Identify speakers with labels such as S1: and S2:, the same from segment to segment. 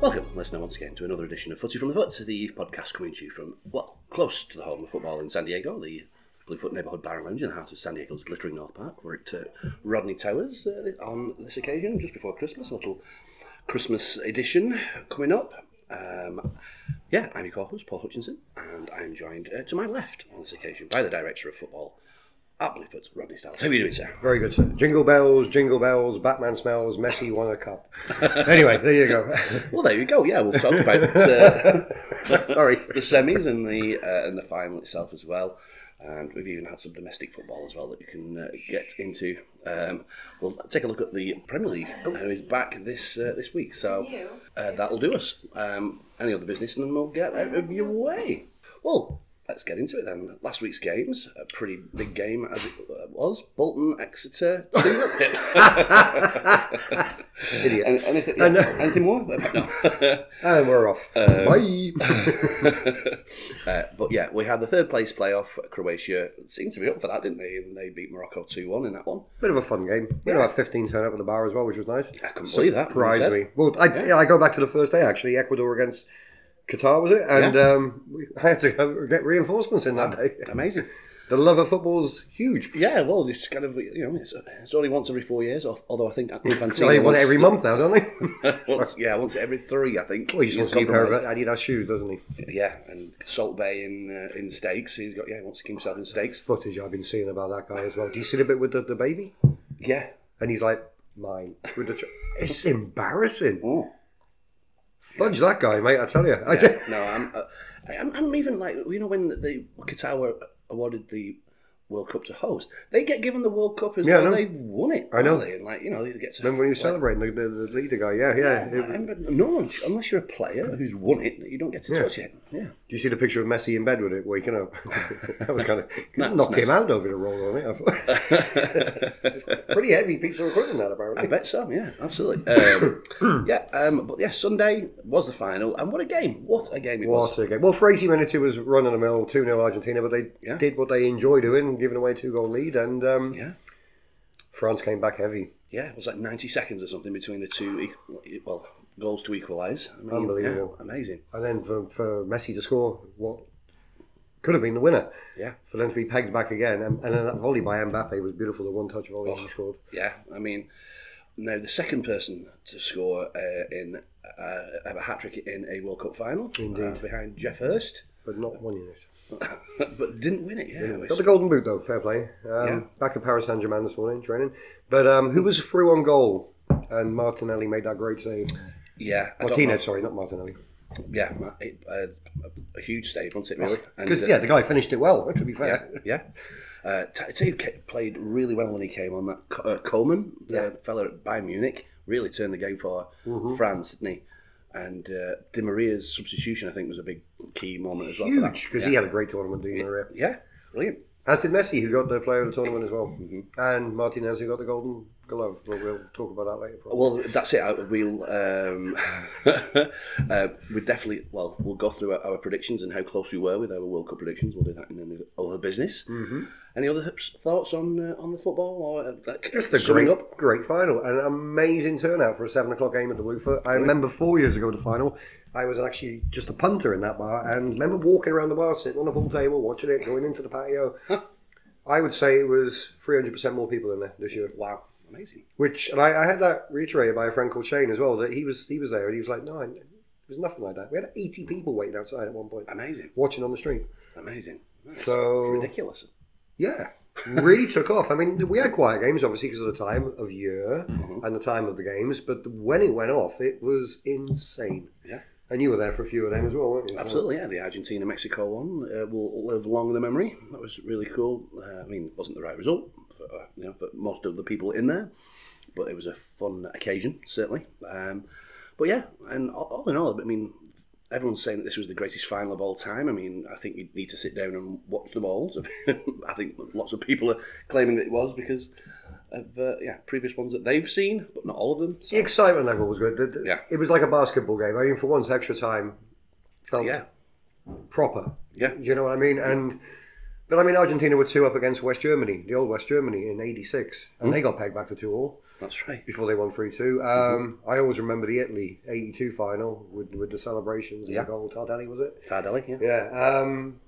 S1: Welcome, listener, once again to another edition of Footy from the Foot, the podcast coming to you from, well, close to the home of football in San Diego, the Bluefoot Neighbourhood Bar and Lounge in the heart of San Diego's glittering North Park. We're at uh, Rodney Towers uh, on this occasion, just before Christmas, a little Christmas edition coming up. Um, yeah, I'm your co-host, Paul Hutchinson, and I'm joined uh, to my left on this occasion by the Director of Football at Bluefoot, Rodney Stiles. How are you doing, sir?
S2: Very good, sir. Jingle bells, jingle bells, Batman smells, Messi won a cup. anyway, there you go.
S1: Well, there you go. Yeah, we'll talk about uh, sorry the semis and the uh, and the final itself as well. And we've even had some domestic football as well that you can uh, get into. Um, we'll take a look at the Premier League, Oh, who is back this uh, this week. So uh, that'll do us. Um, any other business, and then we'll get out of your way. Well, let's get into it then. Last week's games, a pretty big game as it uh, was. Bolton, Exeter, two.
S2: Idiot.
S1: Any- anything, yeah, anything more? No.
S2: And we're off. Bye.
S1: Uh, but yeah, we had the third place playoff. Croatia seemed to be up for that, didn't they? And they beat Morocco 2 1 in that one.
S2: Bit of a fun game. We had about 15 turn up at the bar as well, which was nice.
S1: I couldn't believe that.
S2: Surprised me. Well, I, yeah, I go back to the first day, actually. Ecuador against Qatar, was it? And um, we, I had to go get reinforcements in that day.
S1: Amazing.
S2: The love of football's huge.
S1: Yeah, well, it's kind of, you know, it's, it's only once every four years, al- although I think Infantino.
S2: They want it
S1: wants-
S2: every month now, don't they?
S1: Once, yeah, once every three, I think.
S2: well, he just wants
S1: He's
S2: to keep a pair of
S1: compromised.
S2: Adidas shoes, doesn't he?
S1: Yeah, and Salt Bay in uh, in stakes. He's got, yeah, he wants to keep himself in stakes.
S2: Footage I've been seeing about that guy as well. Do you see the bit with the, the baby?
S1: Yeah.
S2: And he's like, mine. With the tr- it's embarrassing.
S1: Oh.
S2: Fudge that guy, mate. I tell you. I
S1: Yeah, no, I'm, uh, I'm, I'm even like you know when the Qatar were awarded the World Cup to host, they get given the World Cup as
S2: Yeah, I
S1: though
S2: know.
S1: they've won it.
S2: I know.
S1: don't They? And like you know, they get to
S2: remember when he was
S1: like,
S2: celebrating the, the, the leader guy. Yeah, yeah. It-
S1: I remember- no, unless you're a player who's won it, you don't get to
S2: Yeah.
S1: touch it. Yeah,
S2: do you see the picture of Messi in bed with it waking up? that was kind of
S1: That's
S2: knocked him
S1: nice.
S2: out over the roll on it. I thought. Pretty heavy piece of equipment, that
S1: I
S2: apparently.
S1: bet so. Yeah, absolutely. Um, yeah, um, but yeah, Sunday was the final, and what a game! What a game it was.
S2: What a game. Well, for 80 minutes, it was run of the mill, 2 0 Argentina, but they
S1: Yeah.
S2: did what they enjoy doing, giving away two goal lead, and um,
S1: Yeah.
S2: France came back heavy.
S1: Yeah, it was like 90 seconds or something between the two. equ- Well, goals to equalise. I mean, yeah,
S2: Unbelievable.
S1: amazing.
S2: And then for, for Messi to score what could have been the winner,
S1: Yeah.
S2: for them to be pegged back again, and, and then that volley by Mbappe was beautiful, the one touch volley
S1: Oh.
S2: he scored.
S1: Yeah, I mean, now the second person to score uh, in uh, a hat trick in a World Cup final, uh, behind Jeff Hurst,
S2: But not one in it.
S1: but didn't win it. Yeah, it was-
S2: Got the golden boot though, fair play. Um,
S1: Yeah.
S2: Back at Paris Saint Germain this morning, training. But um, who was through on goal? And Martinelli made that great save.
S1: yeah, I don't
S2: Martinez, sorry, not Martinelli.
S1: know. Yeah, ma- it, uh, a huge save, wasn't it? Really? And,
S2: Because
S1: uh,
S2: yeah, the guy finished it well. To be fair,
S1: yeah. Uh, T- T- ke- played really well when he came on. That Co- uh, Coleman, the fella at Bayern Munich, really turned the game for
S2: Mm-hmm.
S1: France, didn't he? And uh, Di Maria's substitution, I think, was a big key moment as well. for that.
S2: huge because he had a great tournament, Di Maria.
S1: Yeah, brilliant.
S2: As did Messi, who got the player of the tournament as well,
S1: Mm-hmm.
S2: and Martinez, who got the golden glove. But we'll talk about that later. Probably.
S1: Well, that's it. I- We'll um, uh, we definitely well we'll go through our, our predictions and how close we were with our World Cup predictions. We'll do that in any other business. Mm-hmm. Any other h- thoughts on uh, on the football or uh, like,
S2: Just a
S1: summing
S2: great,
S1: up?
S2: great final. An amazing turnout for a seven o'clock game at the Wooford. I remember four years ago, the final, I was actually just a punter in that bar and remember walking around the bar, sitting on a pool table, watching it, going into the patio. I would say it was 300% more people in there this year.
S1: Wow, amazing.
S2: Which, and I, I had that reiterated by a friend called Shane as well, that he was he was there and he was like, no, I, it was nothing like that. We had 80 people waiting outside at one point,
S1: Amazing,
S2: watching on the street.
S1: amazing. That's
S2: So-
S1: ridiculous.
S2: Yeah, really took off. I mean, we had quiet games, obviously, because of the time of year
S1: Mm-hmm.
S2: and the time of the games. But when it went off, it was insane.
S1: Yeah.
S2: And you were there for a few of them as well, weren't you? So-
S1: Absolutely, yeah. The Argentina Mexico one uh, will live long in the memory. That was really cool. Uh, I mean, it wasn't the right result, for, uh, you know, for most of the people in there, but it was a fun occasion certainly. Um, but yeah, and all, all in all, I mean, everyone's saying that this was the greatest final of all time. I mean, I think you need to sit down and watch them all. So I think lots of people are claiming that it was because of uh, yeah previous ones that they've seen, but not all of them. So,
S2: The excitement level was good. The- the-
S1: Yeah.
S2: It was like a basketball game. I mean, for once, extra time felt
S1: yeah,
S2: proper.
S1: yeah,
S2: You know what I mean? And
S1: Mm-hmm.
S2: but I mean, Argentina were two up against West Germany, the old West Germany in '86, and they got pegged back to two all.
S1: That's right.
S2: before they won 3 2. Um,
S1: Mm-hmm.
S2: I always remember the Italy 82 final with, with the celebrations and
S1: Yeah.
S2: the goal. Tardelli, was it?
S1: Tardelli, yeah.
S2: Yeah. Um,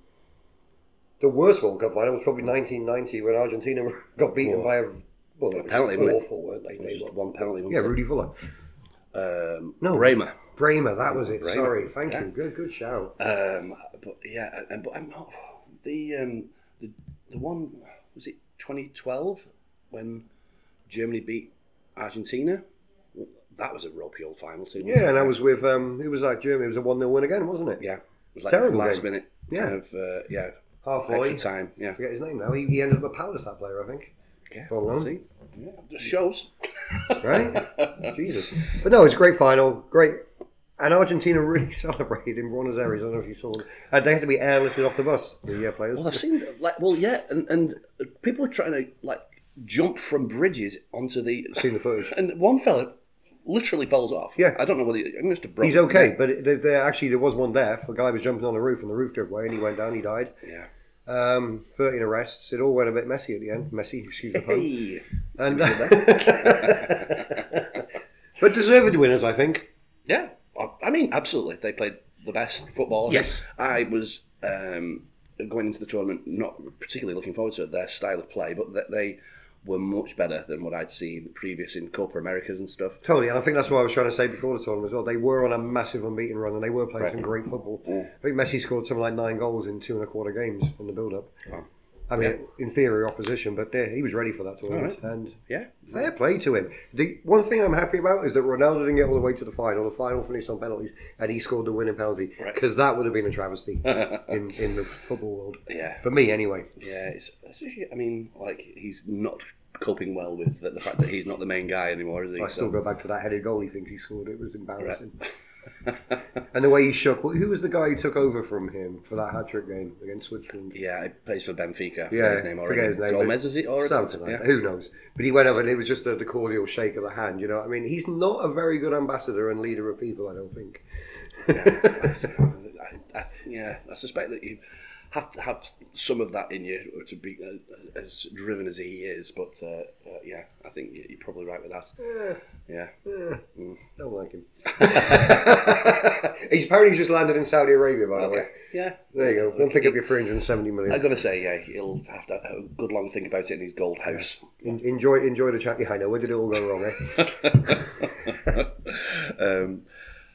S2: the worst World Cup final was probably 1990 when Argentina got beaten
S1: Well,
S2: by a. Well, they
S1: apparently,
S2: were
S1: wasn't it?
S2: awful, weren't they?
S1: It was
S2: they
S1: just
S2: were.
S1: one penalty.
S2: Yeah,
S1: wasn't it?
S2: Rudy Fuller.
S1: Um,
S2: No.
S1: Raymer.
S2: Bremer, that was it.
S1: Bremer.
S2: Sorry, thank
S1: Yeah.
S2: you. Good, good shout.
S1: Um, but yeah, and, but I'm not the um, the the one was it 2012 when Germany beat Argentina. That was a ropey old final too. wasn't
S2: Yeah,
S1: it?
S2: and I was with um, it was like Germany. It was a one 0 win again, wasn't it?
S1: yeah, it was like
S2: Terrible
S1: the last
S2: game.
S1: minute.
S2: Yeah.
S1: kind of, uh, yeah,
S2: half
S1: extra
S2: volley.
S1: time. Yeah,
S2: Forget his name now. He, he ended up at Palace, that player, I think.
S1: yeah.
S2: Well done.
S1: See, yeah, just shows.
S2: Right? Jesus. But no, it's a great final. Great. And Argentina really celebrated in Buenos Aires. I don't know if you saw them. Uh, they had to be airlifted off the bus. The uh, players.
S1: Well, I've seen like well, yeah, and and people are trying to like jump from bridges onto the
S2: I've seen the footage.
S1: and one fella literally falls off.
S2: Yeah.
S1: I don't know whether he, he must have broken.
S2: He's okay, but it, there, there actually there was one death. A guy was jumping on the roof, and the roof gave way, and he went down. He died.
S1: Yeah.
S2: Um, Thirteen arrests. It all went a bit messy at the end. Messy, excuse the pun.
S1: Hey.
S2: And, but deserved winners, I think.
S1: Yeah, I- I mean, absolutely. They played the best football.
S2: Yes.
S1: I was um, going into the tournament not particularly looking forward to their style of play, but that they were much better than what I'd seen previous in Copa Americas and stuff.
S2: Totally, and I think that's what I was trying to say before the tournament as well. They were on a massive unbeaten run, and they were playing some great football. I think Messi scored something like nine goals in two and a quarter games in the build-up. I mean, inferior opposition, but yeah, he was ready for that tournament. And
S1: Yeah,
S2: fair play to him. The one thing I'm happy about is that Ronaldo didn't get all the way to the final. The final finished on penalties, and he scored the winning penalty because that would have been a travesty in, in the football world.
S1: Yeah.
S2: for me anyway.
S1: yeah. It's, it's just- I mean, like he's not coping well with the, the fact that he's not the main guy anymore, is he?
S2: I still go back to that headed goal he thinks he scored. It was embarrassing. and the way he shook. Who was the guy who took over from him for that hat trick game against Switzerland?
S1: yeah, he plays for Benfica. I forget
S2: Yeah,
S1: his name already.
S2: forget his name.
S1: Gomez, is it? Or
S2: Something like
S1: yeah.
S2: that. Who knows? But he went over and it was just the, the cordial shake of the hand, you know what I mean? He's not a very good ambassador and leader of people, I don't think.
S1: I, I, yeah, I suspect that you have to have some of that in you to be uh, as driven as he is. But uh, uh, yeah, I think you- you're probably right with that. Yeah,
S2: Don't like him. he's apparently just landed in Saudi Arabia, by the way.
S1: yeah.
S2: There you go. Don't pick up your 370
S1: I'm
S2: million.
S1: gonna say yeah. He'll have to have a good long think about it in his gold house.
S2: En- Enjoy, enjoy the chat. Yeah, I know. Where did it all go wrong? Eh?
S1: Um,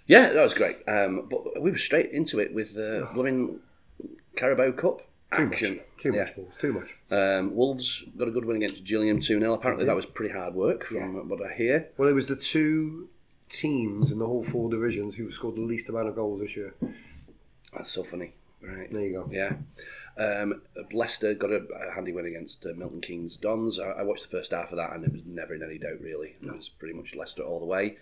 S1: yeah, that was great. Um, but we were straight into it with the uh, blooming Carabao Cup action.
S2: Too
S1: Yeah.
S2: much balls. Too much.
S1: Um, Wolves got a good win against Gillingham 2 0. Apparently, that was pretty hard work from what I hear.
S2: Well, it was the two teams in the whole four divisions who've scored the least amount of goals this year.
S1: That's so funny. Right.
S2: There you go.
S1: Yeah. Um, Leicester got a, a handy win against uh, Milton Keynes Dons. I, I watched the first half of that and it was never in any doubt, really. It was pretty much Leicester all the way.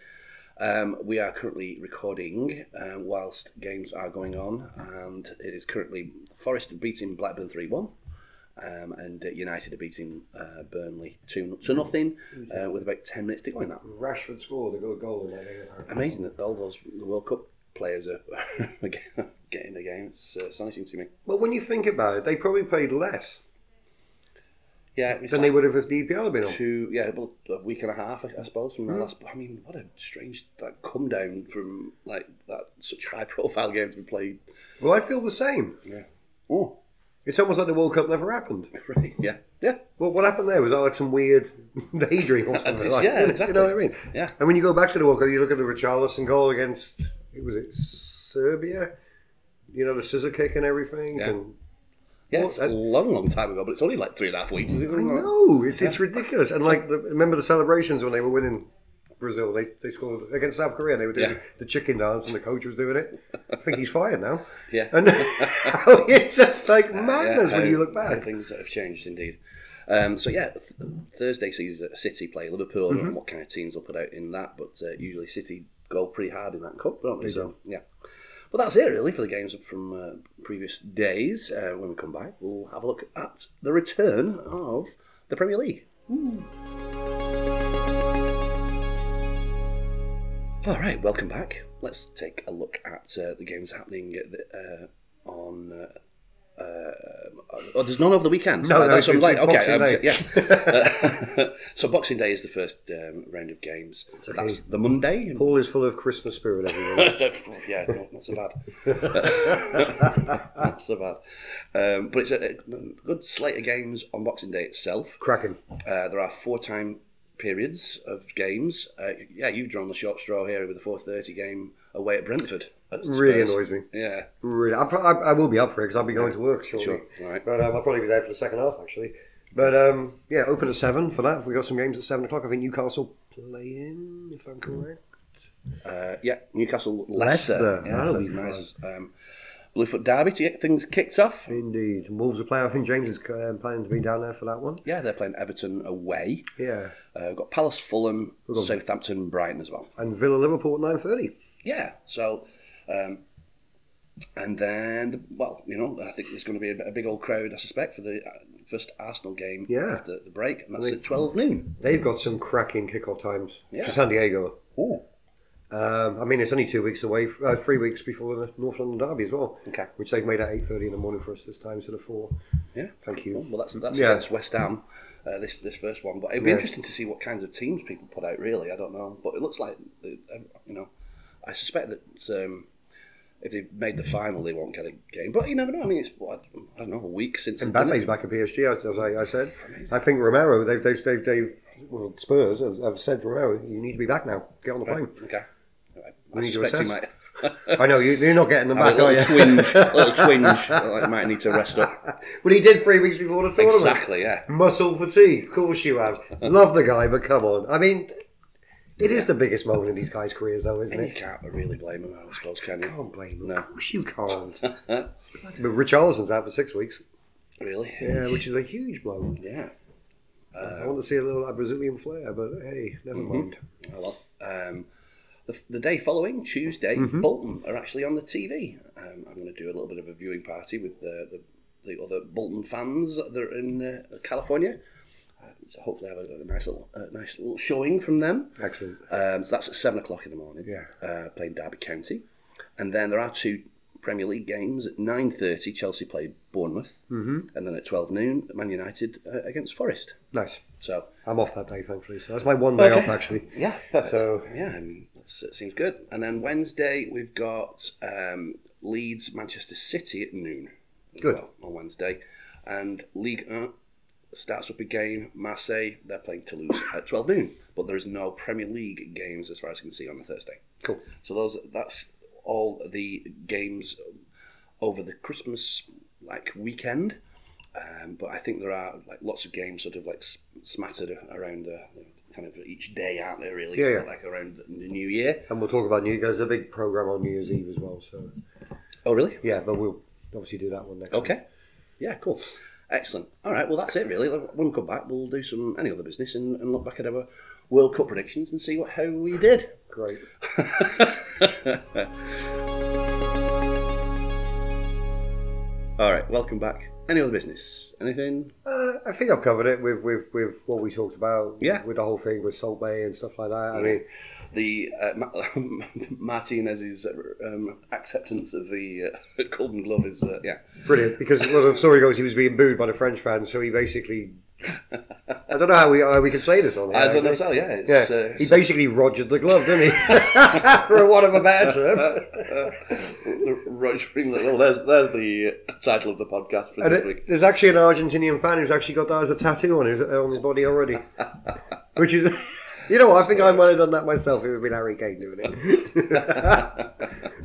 S1: Um, we are currently recording uh, whilst games are going on, and it is currently Forest beating Blackburn 3 1. Um, and uh, United are beating uh, Burnley 2 to nothing uh, with about 10 minutes to go in that.
S2: Rashford scored a good goal in that game.
S1: Amazing that all those the World Cup players are getting a game. It's uh, astonishing to me.
S2: Well, when you think about it, they probably played less
S1: Yeah, it's
S2: than
S1: like-
S2: they would have if the EPL had been on.
S1: two, yeah, about a week and a half, I I suppose, from the last. I mean, what a strange like, come down from like that such high profile game to be played.
S2: Well, I feel the same.
S1: Yeah. Oh,
S2: It's almost like the World Cup never happened.
S1: right. Yeah. Yeah.
S2: Well, what happened there was like some weird daydream or something.
S1: It's-
S2: like,
S1: yeah,
S2: you know-
S1: exactly.
S2: You know what I mean?
S1: Yeah.
S2: And when you go back to the World Cup, you look at the Richarlison goal against it was it Serbia. You know the scissor kick and everything.
S1: Yeah.
S2: And
S1: Yeah.
S2: Well,
S1: It's
S2: I-
S1: a long, long time ago, but it's only like three and a half weeks. Isn't it?
S2: I know it's, it's ridiculous. And like, the, remember the celebrations when they were winning Brazil? They, they scored against South Korea. They were doing
S1: Yeah.
S2: the chicken dance, and the coach was doing it. I think he's fired now.
S1: Yeah.
S2: and it's just like madness
S1: Yeah,
S2: when
S1: how-
S2: you look
S1: how
S2: back.
S1: Things have changed indeed. Um, so yeah, th- Thursday sees uh, City play Liverpool.
S2: Mm-hmm.
S1: I don't know what kind of teams will put out in that, but uh, usually City go pretty hard in that cup, don't they? So yeah. But that's it really for the games from uh, previous days. Uh, when we come back, we'll have a look at the return of the Premier League. All right, welcome back. Let's take a look at uh, the games happening uh, the- uh, on uh, Um, oh, there's none over the weekend.
S2: No,
S1: Uh,
S2: no,
S1: that's what I'm
S2: it's-
S1: like.
S2: it's
S1: Okay,
S2: Boxing
S1: um, yeah. Uh, so Boxing Day is the first um, round of games. So
S2: okay.
S1: That's the Monday.
S2: Paul is full of Christmas spirit, everyone.
S1: yeah, no, not so bad. not so bad. Um, but it's a, a good slate of games on Boxing Day itself.
S2: Cracking.
S1: Uh, there are four time periods of games. Uh, yeah, you've drawn the short straw here with the 4:30 game away at Brentford. That's
S2: Really annoys me.
S1: Yeah.
S2: Really, I, pro- I, I will be up for it because I'll be going to work shortly.
S1: Sure, alright.
S2: But um, I'll probably be there for the second half actually. But um, yeah, open at seven for that. We got some games at seven o'clock. I think Newcastle playing, if I'm correct.
S1: Uh, yeah, Newcastle
S2: Leicester.
S1: Leicester. Yeah,
S2: That'll
S1: so
S2: be
S1: it's a nice. Um, Bluefoot Derby to get things kicked off.
S2: Indeed, Wolves are playing. I think James is um, planning to be down there for that one.
S1: Yeah, they're playing Everton away.
S2: Yeah,
S1: Uh, we've got Palace, Fulham, Southampton, Brighton as well.
S2: and Villa Liverpool at nine thirty.
S1: Yeah, so. Um, and then, well, you know, I think there's going to be a, a big old crowd, I suspect, for the uh, first Arsenal game
S2: Yeah.
S1: after the break, and that's at 12 noon.
S2: They've got some cracking kickoff times
S1: Yeah.
S2: for San Diego.
S1: Oh,
S2: Um, I mean, it's only two weeks away, uh, three weeks before the North London derby as well.
S1: Okay.
S2: Which they've made at eight thirty in the morning for us this time instead of four.
S1: yeah.
S2: Thank you.
S1: Well, that's that's
S2: Yeah.
S1: against West Ham. Uh, this this first one, but it'd be interesting to see what kinds of teams people put out. Really, I don't know, but it looks like uh, you know, I suspect that um, if they made the final, they won't get a game. But you never know. I mean, it's what I don't know, a week since. they've done it.
S2: Mbappe's back at PSG, as, as I, I said. I think Romero, they've, they've, they've, they've well, Spurs have, have said to Romero, you need to be back now. Get on the plane.
S1: Okay. Right. I
S2: need to
S1: suspect he might.
S2: assess. I know, you, you're not getting them
S1: A
S2: back, oh, are
S1: little
S2: you?
S1: twinge, a little twinge. Like, might need to rest up.
S2: Well, he did three weeks before the tournament.
S1: Exactly. Yeah.
S2: Muscle fatigue, of course you have. Love the guy, but come on. I mean, it is the biggest moment in these guys' careers, though, isn't
S1: You
S2: it?
S1: can't really blame him, I suppose, can
S2: I
S1: you?
S2: can't blame him.
S1: No.
S2: Of course you can't. but Richarlison's out for six weeks,
S1: Really?
S2: yeah, which is a huge blow.
S1: yeah.
S2: I want to see a little like, Brazilian flair, but hey, never
S1: Mm-hmm.
S2: mind.
S1: Hello. Um, the, the day following, Tuesday, Bolton are actually on the TV. Um, I'm going to do a little bit of a viewing party with the, the, the other Bolton fans that are in uh, California. Uh, so hopefully, have a, a nice little uh, nice little showing from them.
S2: Excellent.
S1: Um, so that's at seven o'clock in the morning.
S2: Yeah.
S1: Uh, playing Derby County, and then there are two Premier League games at nine thirty. Chelsea play Bournemouth, mm-hmm. and then at twelve noon, Man United uh, against Forest.
S2: Nice.
S1: So
S2: I'm off that day, thankfully. So that's my one day off, actually.
S1: yeah,
S2: So
S1: yeah, I mean, that's, that seems good. And then Wednesday we've got um, Leeds Manchester City at noon. as
S2: Good.
S1: well on Wednesday, and League One starts up again. Marseille they're playing Toulouse at twelve noon, but there is no Premier League games as far as I can see on the Thursday.
S2: cool.
S1: So those that's all the games over the Christmas like weekend. Um, but I think there are like lots of games sort of like s- smattered around the kind of each day, aren't there? Really,
S2: Yeah, yeah.
S1: like around the New Year.
S2: And we'll talk about New. There's a big program on New Year's Eve as well. So
S1: Oh, really?
S2: yeah, but we'll obviously do that one next.
S1: Okay. Yeah, cool. Excellent. All right. Well, that's it really. When we come back, we'll do some any other business and, and look back at our World Cup predictions and see what how we did.
S2: Time. Great.
S1: All right. Welcome back. Any other business? Anything?
S2: Uh, I think I've covered it with, with with what we talked about.
S1: Yeah.
S2: With the whole thing with Salt Bay and stuff like that. I mean,
S1: the uh, Ma- Martinez's um, acceptance of the uh, Golden Glove is uh, yeah.
S2: brilliant because well, the story goes he was being booed by the French fans, so he basically. I don't know how we how we can say this on. here,
S1: I don't know.
S2: actually.
S1: So yeah, it's,
S2: Yeah,
S1: Uh,
S2: he basically rogered the glove, didn't he? For want of a better term.
S1: uh, the Rogering Little. There's there's the uh, title of the podcast for
S2: And
S1: this
S2: it-
S1: week.
S2: there's actually an Argentinian fan who's actually got that as a tattoo on his on his body already, which is, you know, what, I think I might have done that myself. It would have been Harry Kane doing it.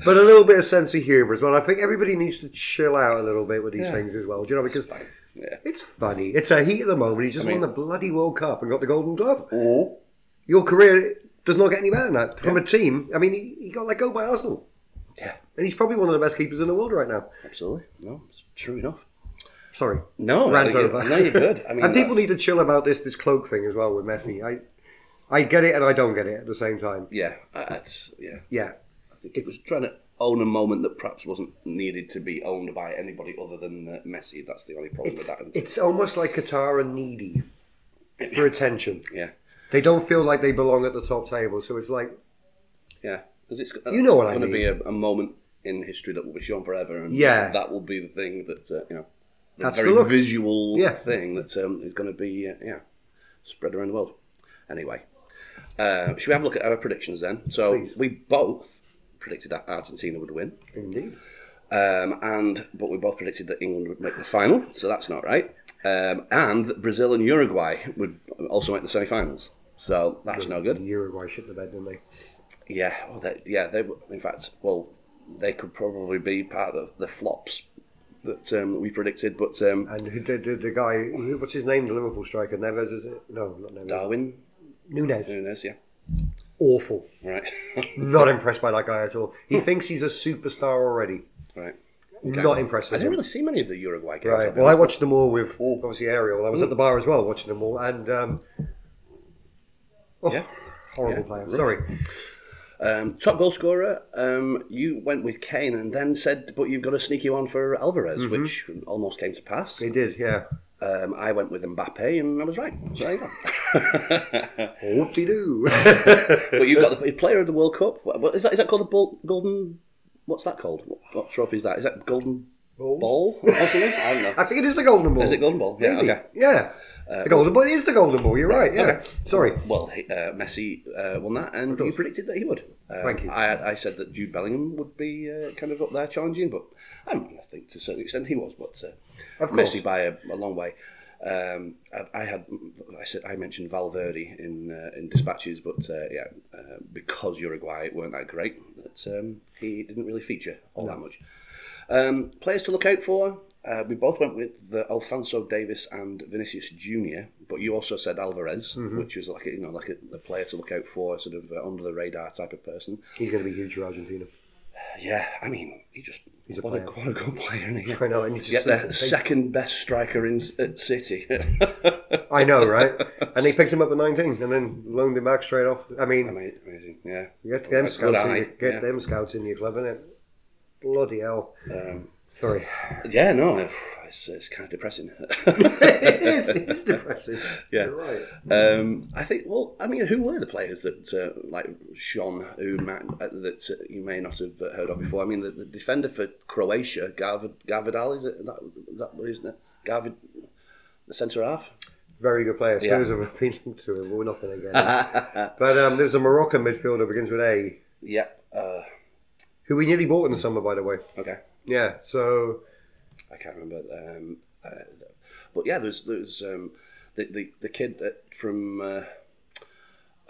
S2: but a little bit of sense of humour as well. I think everybody needs to chill out a little bit with these things as well. Do you know because.
S1: Yeah.
S2: It's funny. It's a heat of the moment. He just won the bloody World Cup and got the Golden Glove.
S1: Or
S2: Your career does not get any better than that from a team. I mean, he, he got let go by Arsenal,
S1: yeah,
S2: and he's probably one of the best keepers in the world right now.
S1: absolutely. No, it's true enough.
S2: Sorry,
S1: No, I
S2: Rant
S1: think
S2: over.
S1: It, no, you're good. I mean,
S2: and people
S1: that's-
S2: need to chill about this this cloak thing as well with Messi. I I get it and I don't get it at the same time.
S1: yeah, uh, it's, yeah.
S2: Yeah,
S1: I think it was trying to own a moment that perhaps wasn't needed to be owned by anybody other than uh, Messi. That's the only problem
S2: it's,
S1: with that.
S2: it's almost like Qatar are needy for attention.
S1: yeah,
S2: They don't feel like they belong at the top table, so it's like
S1: yeah. Because it's
S2: You know what I
S1: going to
S2: mean.
S1: be a, a moment in history that will be shown forever, and
S2: Yeah.
S1: that will be the thing that uh, you know, the
S2: That's the
S1: very
S2: look.
S1: visual
S2: Yeah.
S1: thing that um, is going to be uh, yeah spread around the world. Anyway, uh, should we have a look at our predictions then? So
S2: Please.
S1: we both predicted that Argentina would win,
S2: Indeed.
S1: um, and but we both predicted that England would make the final, so that's not right. Um, and that Brazil and Uruguay would also make the semi-finals, so that's no good.
S2: Uruguay shit the bed, didn't they?
S1: Yeah, well, they, yeah, they were- in fact, well, they could probably be part of the flops that um, we predicted, but um,
S2: And who did the, the guy? Who, what's his name? The Liverpool striker Neves, is it? No, not Neves.
S1: Darwin,
S2: Nunes.
S1: Nunes, yeah,
S2: Awful.
S1: right,
S2: Not impressed by that guy at all. He
S1: Hmm.
S2: thinks he's a superstar already.
S1: right.
S2: Not impressed
S1: I
S2: with
S1: didn't
S2: him.
S1: really see many of the Uruguay games.
S2: Right. Well, I watched them all with obviously Ariel. I was at
S1: Mm.
S2: the bar as well watching them all, and um, oh,
S1: Yeah.
S2: horrible
S1: Yeah.
S2: player. Sorry,
S1: um, top goal scorer, um, you went with Kane and then said, but you've got a sneaky one for Alvarez,
S2: Mm-hmm.
S1: which almost came to pass.
S2: they did. Yeah.
S1: Um, I went with Mbappe and I was right. So there you go.
S2: Whoop de doo.
S1: but you've got the player of the World Cup. What, what, is, that, is that called the bol- Golden. What's that called? What, what trophy is that? Is that Golden Ball? or something? I don't know.
S2: I think it is the golden ball.
S1: Is it golden ball? Yeah,
S2: Maybe.
S1: okay. Uh,
S2: Yeah. the golden ball is the golden ball. You're right. Yeah. Sorry.
S1: Well, he- uh, Messi uh, won that, and you predicted that he would. Um,
S2: Thank you.
S1: I, I said that Jude Bellingham would be uh, kind of up there challenging, but I, don't, I think to a certain extent he was, but uh,
S2: Of course.
S1: Messi by a, a long way. Um, I, I had, I said, I mentioned Valverde in uh, in dispatches, but uh, yeah, uh, because Uruguay weren't that great, that um, he didn't really feature all that much. Um, players to look out for. Uh, we both went with the Alfonso Davis and Vinicius Junior, but you also said Alvarez,
S2: Mm-hmm.
S1: which was like a, you know like a, a player to look out for, sort of uh, under the radar type of person.
S2: He's going to be huge for Argentina.
S1: Yeah, I mean he just he's
S2: a
S1: what
S2: player.
S1: what a good player, isn't he?
S2: I know. And you just
S1: Yet the second best striker in at City.
S2: I know, right? And they picked him up at 19 and then loaned him back straight off. I mean,
S1: Ama- Amazing, yeah.
S2: get them
S1: That's good
S2: scouts. In
S1: eye,
S2: your, get
S1: yeah.
S2: them scouts in your club, innit? Bloody hell.
S1: Um,
S2: Sorry.
S1: Yeah, no, it's, it's kind of depressing.
S2: it is. It's depressing.
S1: Yeah.
S2: You're right.
S1: Um, I think. Well, I mean, who were the players that uh, like Sean, who ma- uh, that uh, you may not have heard of before? I mean, the, the defender for Croatia, Gavid, Gavidal, is it that is that what isn't it? Gavid, the centre half.
S2: Very good player. Spurs have been linked to him. We're not going to get him. But um, there's a Moroccan midfielder begins with A,
S1: Yeah. Uh,
S2: who we nearly bought in the summer, by the way.
S1: okay.
S2: Yeah. So
S1: I can't remember. Um, uh, but yeah, there's there's um, the, the the kid that- from uh,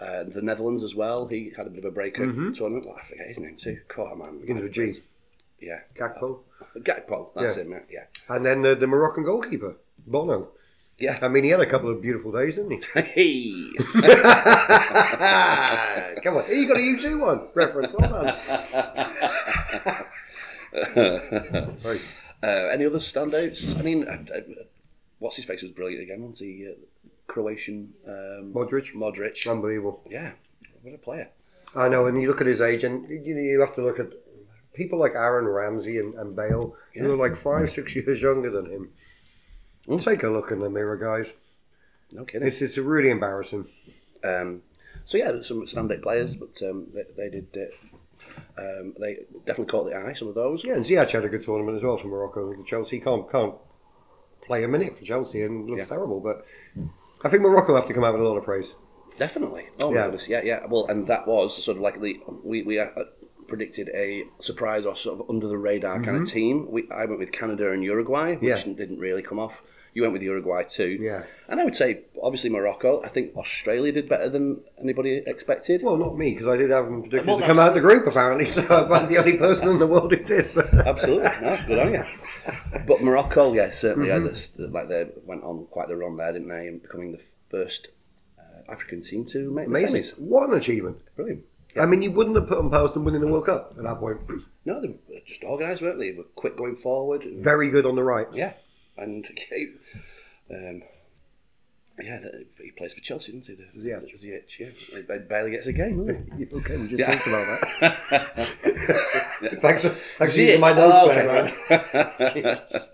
S1: uh, the Netherlands as well. He had a bit of a breakout
S2: Mm-hmm.
S1: tournament. I forget his name too. Quarter man.
S2: begins with G.
S1: Yeah.
S2: Gakpo.
S1: Gakpo. That's
S2: Yeah.
S1: him. Yeah.
S2: And then the, the Moroccan goalkeeper, Bono.
S1: Yeah.
S2: I mean, he had a couple of beautiful days, didn't he?
S1: Hey.
S2: Come on, you got a U2 one reference. Well done. right.
S1: Uh, any other standouts? I mean, I, I, what's his face was brilliant again, wasn't he? Uh, Croatian um,
S2: Modric. Um,
S1: Modric.
S2: Unbelievable.
S1: yeah, what a player.
S2: I know, and you look at his age, and you, you have to look at people like Aaron Ramsey and, and Bale, who are like five, six years younger than him. Take a look in the mirror, guys.
S1: No kidding.
S2: It's it's really embarrassing.
S1: Um, so yeah, there's some standout players, but um, they, they did. Uh, um, they definitely caught the eye. Some of those.
S2: Yeah, and Ziyech had a good tournament as well for Morocco. The Chelsea can't can't play a minute for Chelsea and looks terrible. But I think Morocco have to come out with a lot of praise.
S1: Definitely. Oh my
S2: Yeah.
S1: goodness. Yeah, yeah. Well, and that was sort of like the we we uh, predicted a surprise or sort of under the radar kind of team. We I went with Canada and Uruguay, which
S2: Mm-hmm. Yeah.
S1: didn't really come off. You went with Uruguay too.
S2: Yeah.
S1: And I would say obviously Morocco. I think Australia did better than anybody expected.
S2: Well, not me because I did have them predicted
S1: Well,
S2: to come
S1: that's-
S2: out the group apparently. So I'm the only person in the world who did.
S1: Absolutely, no, good on you. But Morocco, yeah, certainly
S2: Mm-hmm.
S1: had this, like they went on quite the run there, didn't they? And becoming the first uh, African team to make the
S2: Amazing.
S1: semis.
S2: What an achievement.
S1: Brilliant.
S2: I mean, you wouldn't have put them past them winning the World Cup at that point.
S1: No, they were just organised, weren't they? They were quick going forward.
S2: Very good on the right.
S1: Yeah, and um, yeah, that, he plays for Chelsea, doesn't he? The,
S2: Ziyech.
S1: Ziyech, yeah. He barely gets a game, doesn't
S2: You- Okay, we just talked about that. thanks for, thanks for using my
S1: Ziyech.
S2: notes
S1: Oh,
S2: there,
S1: okay.
S2: man. Jesus.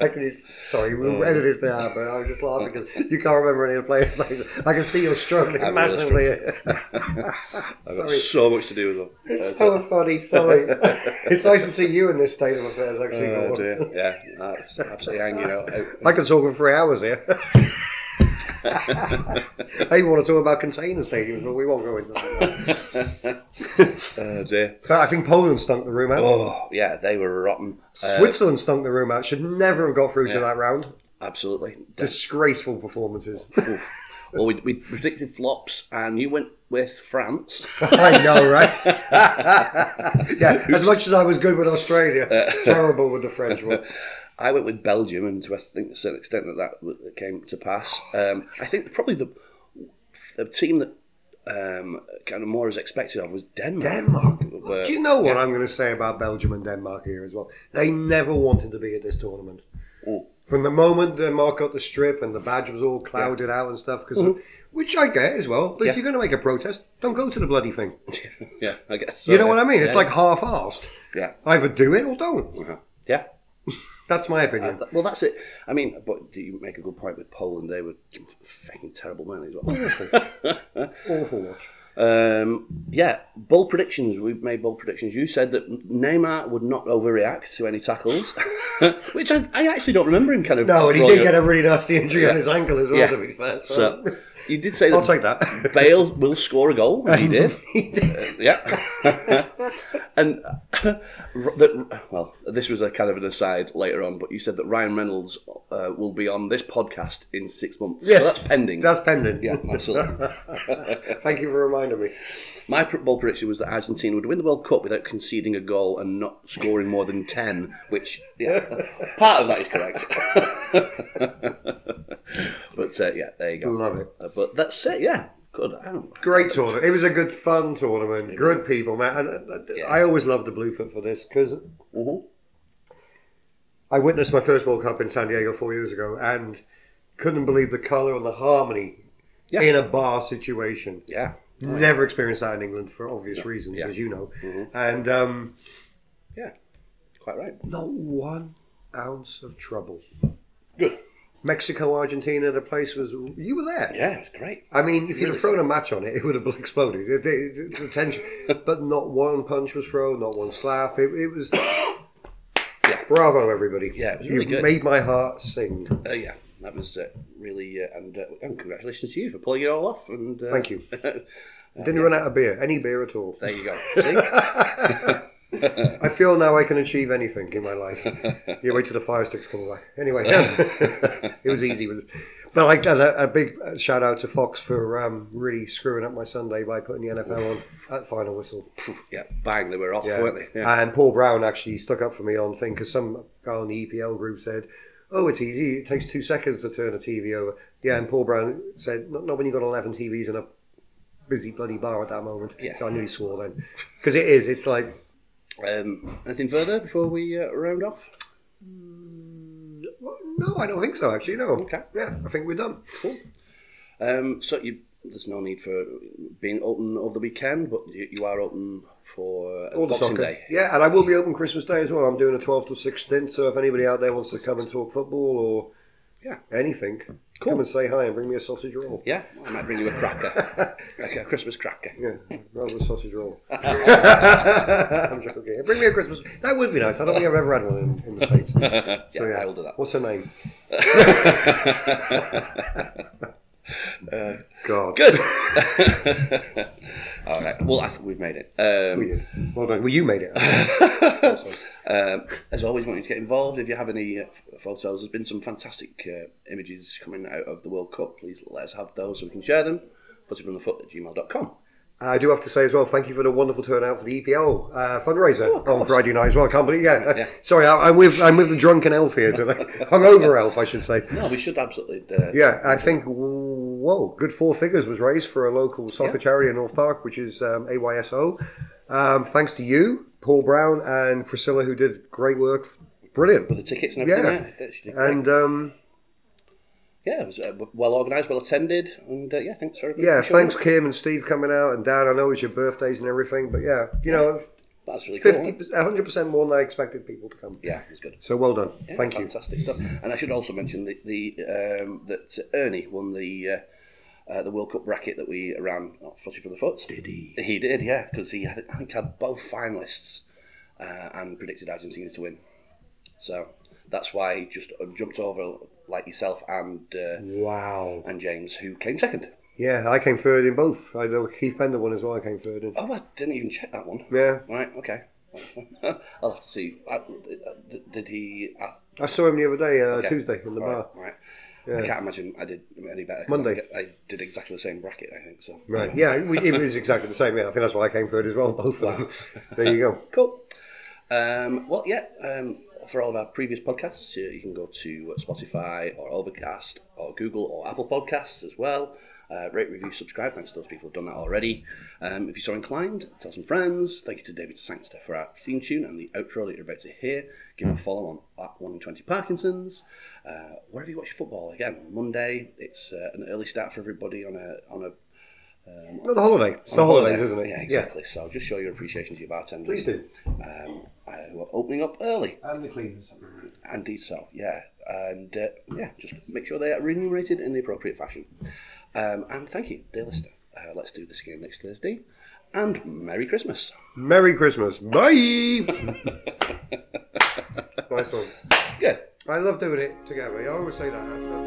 S2: I can just, sorry, we'll edit this bit out, but I was just laughing because you can't remember any of the players' names. I can see you're struggling
S1: I'm really
S2: massively.
S1: I've got
S2: sorry.
S1: so much to do with them.
S2: It's so funny, sorry. it's nice to see you in this state of affairs, actually. for
S1: Oh,
S2: once.
S1: dear. Yeah, no, it's absolutely hanging out.
S2: I can talk for three hours here. I even want to talk about container stadiums, but we won't go into that.
S1: Oh, dear.
S2: But I think Poland stunk the room out.
S1: Oh, yeah, they were rotten. Uh,
S2: Switzerland stunk the room out. Should never have got through to that round.
S1: absolutely.
S2: Disgraceful performances.
S1: Well, we, we predicted flops, and you went with France.
S2: I know, right? yeah, as much as I was good with Australia, terrible with the French one.
S1: I went with Belgium, and to I think to a certain extent that that w- came to pass. Um, I think probably the the team that um, kind of more is expected of was Denmark.
S2: Denmark.
S1: Were-
S2: Do you know what I'm going to say about Belgium and Denmark here as well? They never wanted to be at this tournament. From the moment Denmark got the strip and the badge was all clouded out and stuff, because which I get as well. But if you're going to make a protest, don't go to the bloody thing.
S1: yeah, I guess.
S2: You know what I mean? It's like half-assed.
S1: yeah,
S2: Either do it or don't.
S1: uh-huh. yeah.
S2: That's my opinion.
S1: Th- Well, that's it. I mean, but do you make a good point with Poland? They were fucking terrible, weren't they? as well?
S2: Awful watch.
S1: Um, yeah, bold predictions. We made bold predictions. You said that Neymar would not overreact to any tackles, which I, I actually don't remember him kind of.
S2: No, and he
S1: rolling
S2: did
S1: up-
S2: get a really nasty injury on his ankle as well.
S1: Yeah.
S2: To be fair, so,
S1: So you did say
S2: I'll
S1: that
S2: take that.
S1: Bale will score a goal. And he did. Uh, yeah. and uh, that well, this was a kind of an aside later on, but you said that Ryan Reynolds uh, will be on this podcast in six months. Yeah,
S2: Yes.
S1: so that's pending.
S2: That's pending.
S1: yeah, absolutely.
S2: Thank you for reminding me.
S1: My pr- bold prediction was that Argentina would win the World Cup without conceding a goal and not scoring more than 10, which, yeah, part of that is correct. but, uh, yeah, there you go.
S2: Love it.
S1: Uh, but that's it, yeah. Good. I don't,
S2: Great tournament. It was a good, fun tournament. Good people, man. And uh, I always loved the Bluefoot for this because
S1: Mhm.
S2: I witnessed my first World Cup in San Diego four years ago and couldn't believe the color and the harmony
S1: Yeah.
S2: in a bar situation.
S1: Yeah. Mm-hmm.
S2: Never experienced that in England for obvious reasons, as you know. And um,
S1: Yeah. Quite right.
S2: not one ounce of trouble.
S1: Good.
S2: Mexico, Argentina, the place was. You were there.
S1: Yeah, it's great.
S2: I mean, if you'd have thrown a match on it, it would have exploded. It- it- it- the tension, but not one punch was thrown, not one slap. It, it was. Bravo, everybody!
S1: Yeah, it was
S2: you've
S1: really good.
S2: made my heart sing.
S1: Uh, yeah, that was uh, really, uh, and, uh, and congratulations to you for pulling it all off. And uh,
S2: Thank you. Didn't run out of beer, any beer at all.
S1: There you go. See?
S2: I feel now I can achieve anything in my life. you wait till the fire sticks come away. Anyway, it was easy. It was- But like and a, a big shout out to Fox for um, really screwing up my Sunday by putting the NFL on at final whistle.
S1: yeah, bang, they were off,
S2: Yeah.
S1: weren't they? Yeah.
S2: And Paul Brown actually stuck up for me on thing because some guy on the EPL group said, "Oh, it's easy. It takes two seconds to turn a TV over." Yeah, and Paul Brown said, "Not, not when you've got eleven TVs in a busy bloody bar at that moment."
S1: Yeah.
S2: So I nearly swore then because it is. It's like
S1: Um, anything further before we uh, round off?
S2: well, no, I don't think so. Actually, no.
S1: Okay.
S2: Yeah, I think we're done.
S1: Um, so you, there's no need for being open over the weekend, but you, you are open for uh,
S2: All the
S1: Boxing
S2: soccer.
S1: Day.
S2: Yeah, and I will be open Christmas Day as well. I'm doing a twelve to six stint. So if anybody out there wants to come and talk football or
S1: Yeah.
S2: anything, come and say hi and bring me a sausage roll.
S1: Yeah, I might bring you a cracker, like a Christmas cracker.
S2: Yeah, rather than sausage roll. I'm joking. Bring me a Christmas. That would be nice. I don't think I've ever had one in, in the States. so,
S1: I will do that.
S2: What's her name? Uh, God.
S1: Good. All right. Well, I think we've made it. Um,
S2: Well done. Well, you made it.
S1: um, as always, want you to get involved. If you have any uh, f- photos, there's been some fantastic uh, images coming out of the World Cup. Please let us have those so we can share them. Put it on the foot at gmail.com.
S2: I do have to say as well, thank you for the wonderful turnout for the EPL uh, fundraiser on Friday night as well. I can't believe, yeah. Sorry, I, I'm with I'm with the drunken elf here today. Hungover elf, I should say.
S1: No, we should absolutely. Uh,
S2: Yeah, I think whoa, good four figures was raised for a local soccer charity in North Park, which is um, AYSO. Um, thanks to you, Paul Brown and Priscilla, who did great work. Brilliant.
S1: The tickets and everything.
S2: Yeah.
S1: Yeah. that should be great.
S2: And um,
S1: yeah, it was uh, well organised, well attended, and uh, yeah, thanks for everybody.
S2: yeah,
S1: for showing
S2: thanks Kim and Steve coming out and Dan. I know it's your birthdays and everything, but yeah, you know, if
S1: That's really cool.
S2: 50, 100% more than I expected people to come.
S1: Yeah, it's good.
S2: So well done.
S1: Yeah,
S2: Thank you.
S1: Fantastic stuff. And I should also mention the, the um, that Ernie won the. Uh, uh, the World Cup bracket that we ran not footy for the foot.
S2: Did he?
S1: He did, yeah, because he had, I think had both finalists uh, and predicted Argentina to win. So that's why he just jumped over like yourself and uh,
S2: Wow.
S1: and James, who came second.
S2: Yeah, I came third in both. I know Keith Bender one as well. I came third in.
S1: Oh, I didn't even check that one.
S2: Yeah,
S1: Right, okay. I'll have to see. Uh, d- Did he? Uh,
S2: I saw him the other day, uh,
S1: yeah.
S2: Tuesday, in the
S1: All right,
S2: bar.
S1: all right. I can't imagine I did any better. 'cause
S2: Monday.
S1: I, I did exactly the same bracket, I think. So
S2: Right. Yeah, it was- it was exactly the same. Yeah, I think that's why I came third as well. Both of them. There you go.
S1: Cool. Um, well, yeah. Um, for all of our previous podcasts, uh, you, you can go to Spotify or Overcast or Google or Apple Podcasts as well. Uh, rate, review, subscribe. Thanks to those people who've done that already. Um, if you're so inclined, tell some friends. Thank you to David Sangster for our theme tune and the outro that you're about to hear. Give him a follow on at 1 in 20 Parkinson's. Uh, wherever you watch your football, again, Monday. It's uh, an early start for everybody on a on a
S2: Not the holiday. It's the holidays, isn't it?
S1: Yeah, exactly. So just show your appreciation to your bartenders.
S2: Please do.
S1: Um, uh, who are opening up early.
S2: And the cleaners.
S1: Indeed, so yeah, and uh, yeah, just make sure they are remunerated in the appropriate fashion. Um, and thank you, dear listener. Uh, let's do this again next Thursday, and Merry Christmas.
S2: Merry Christmas. Bye. nice one.
S1: Yeah.
S2: I love doing it together. I always say that.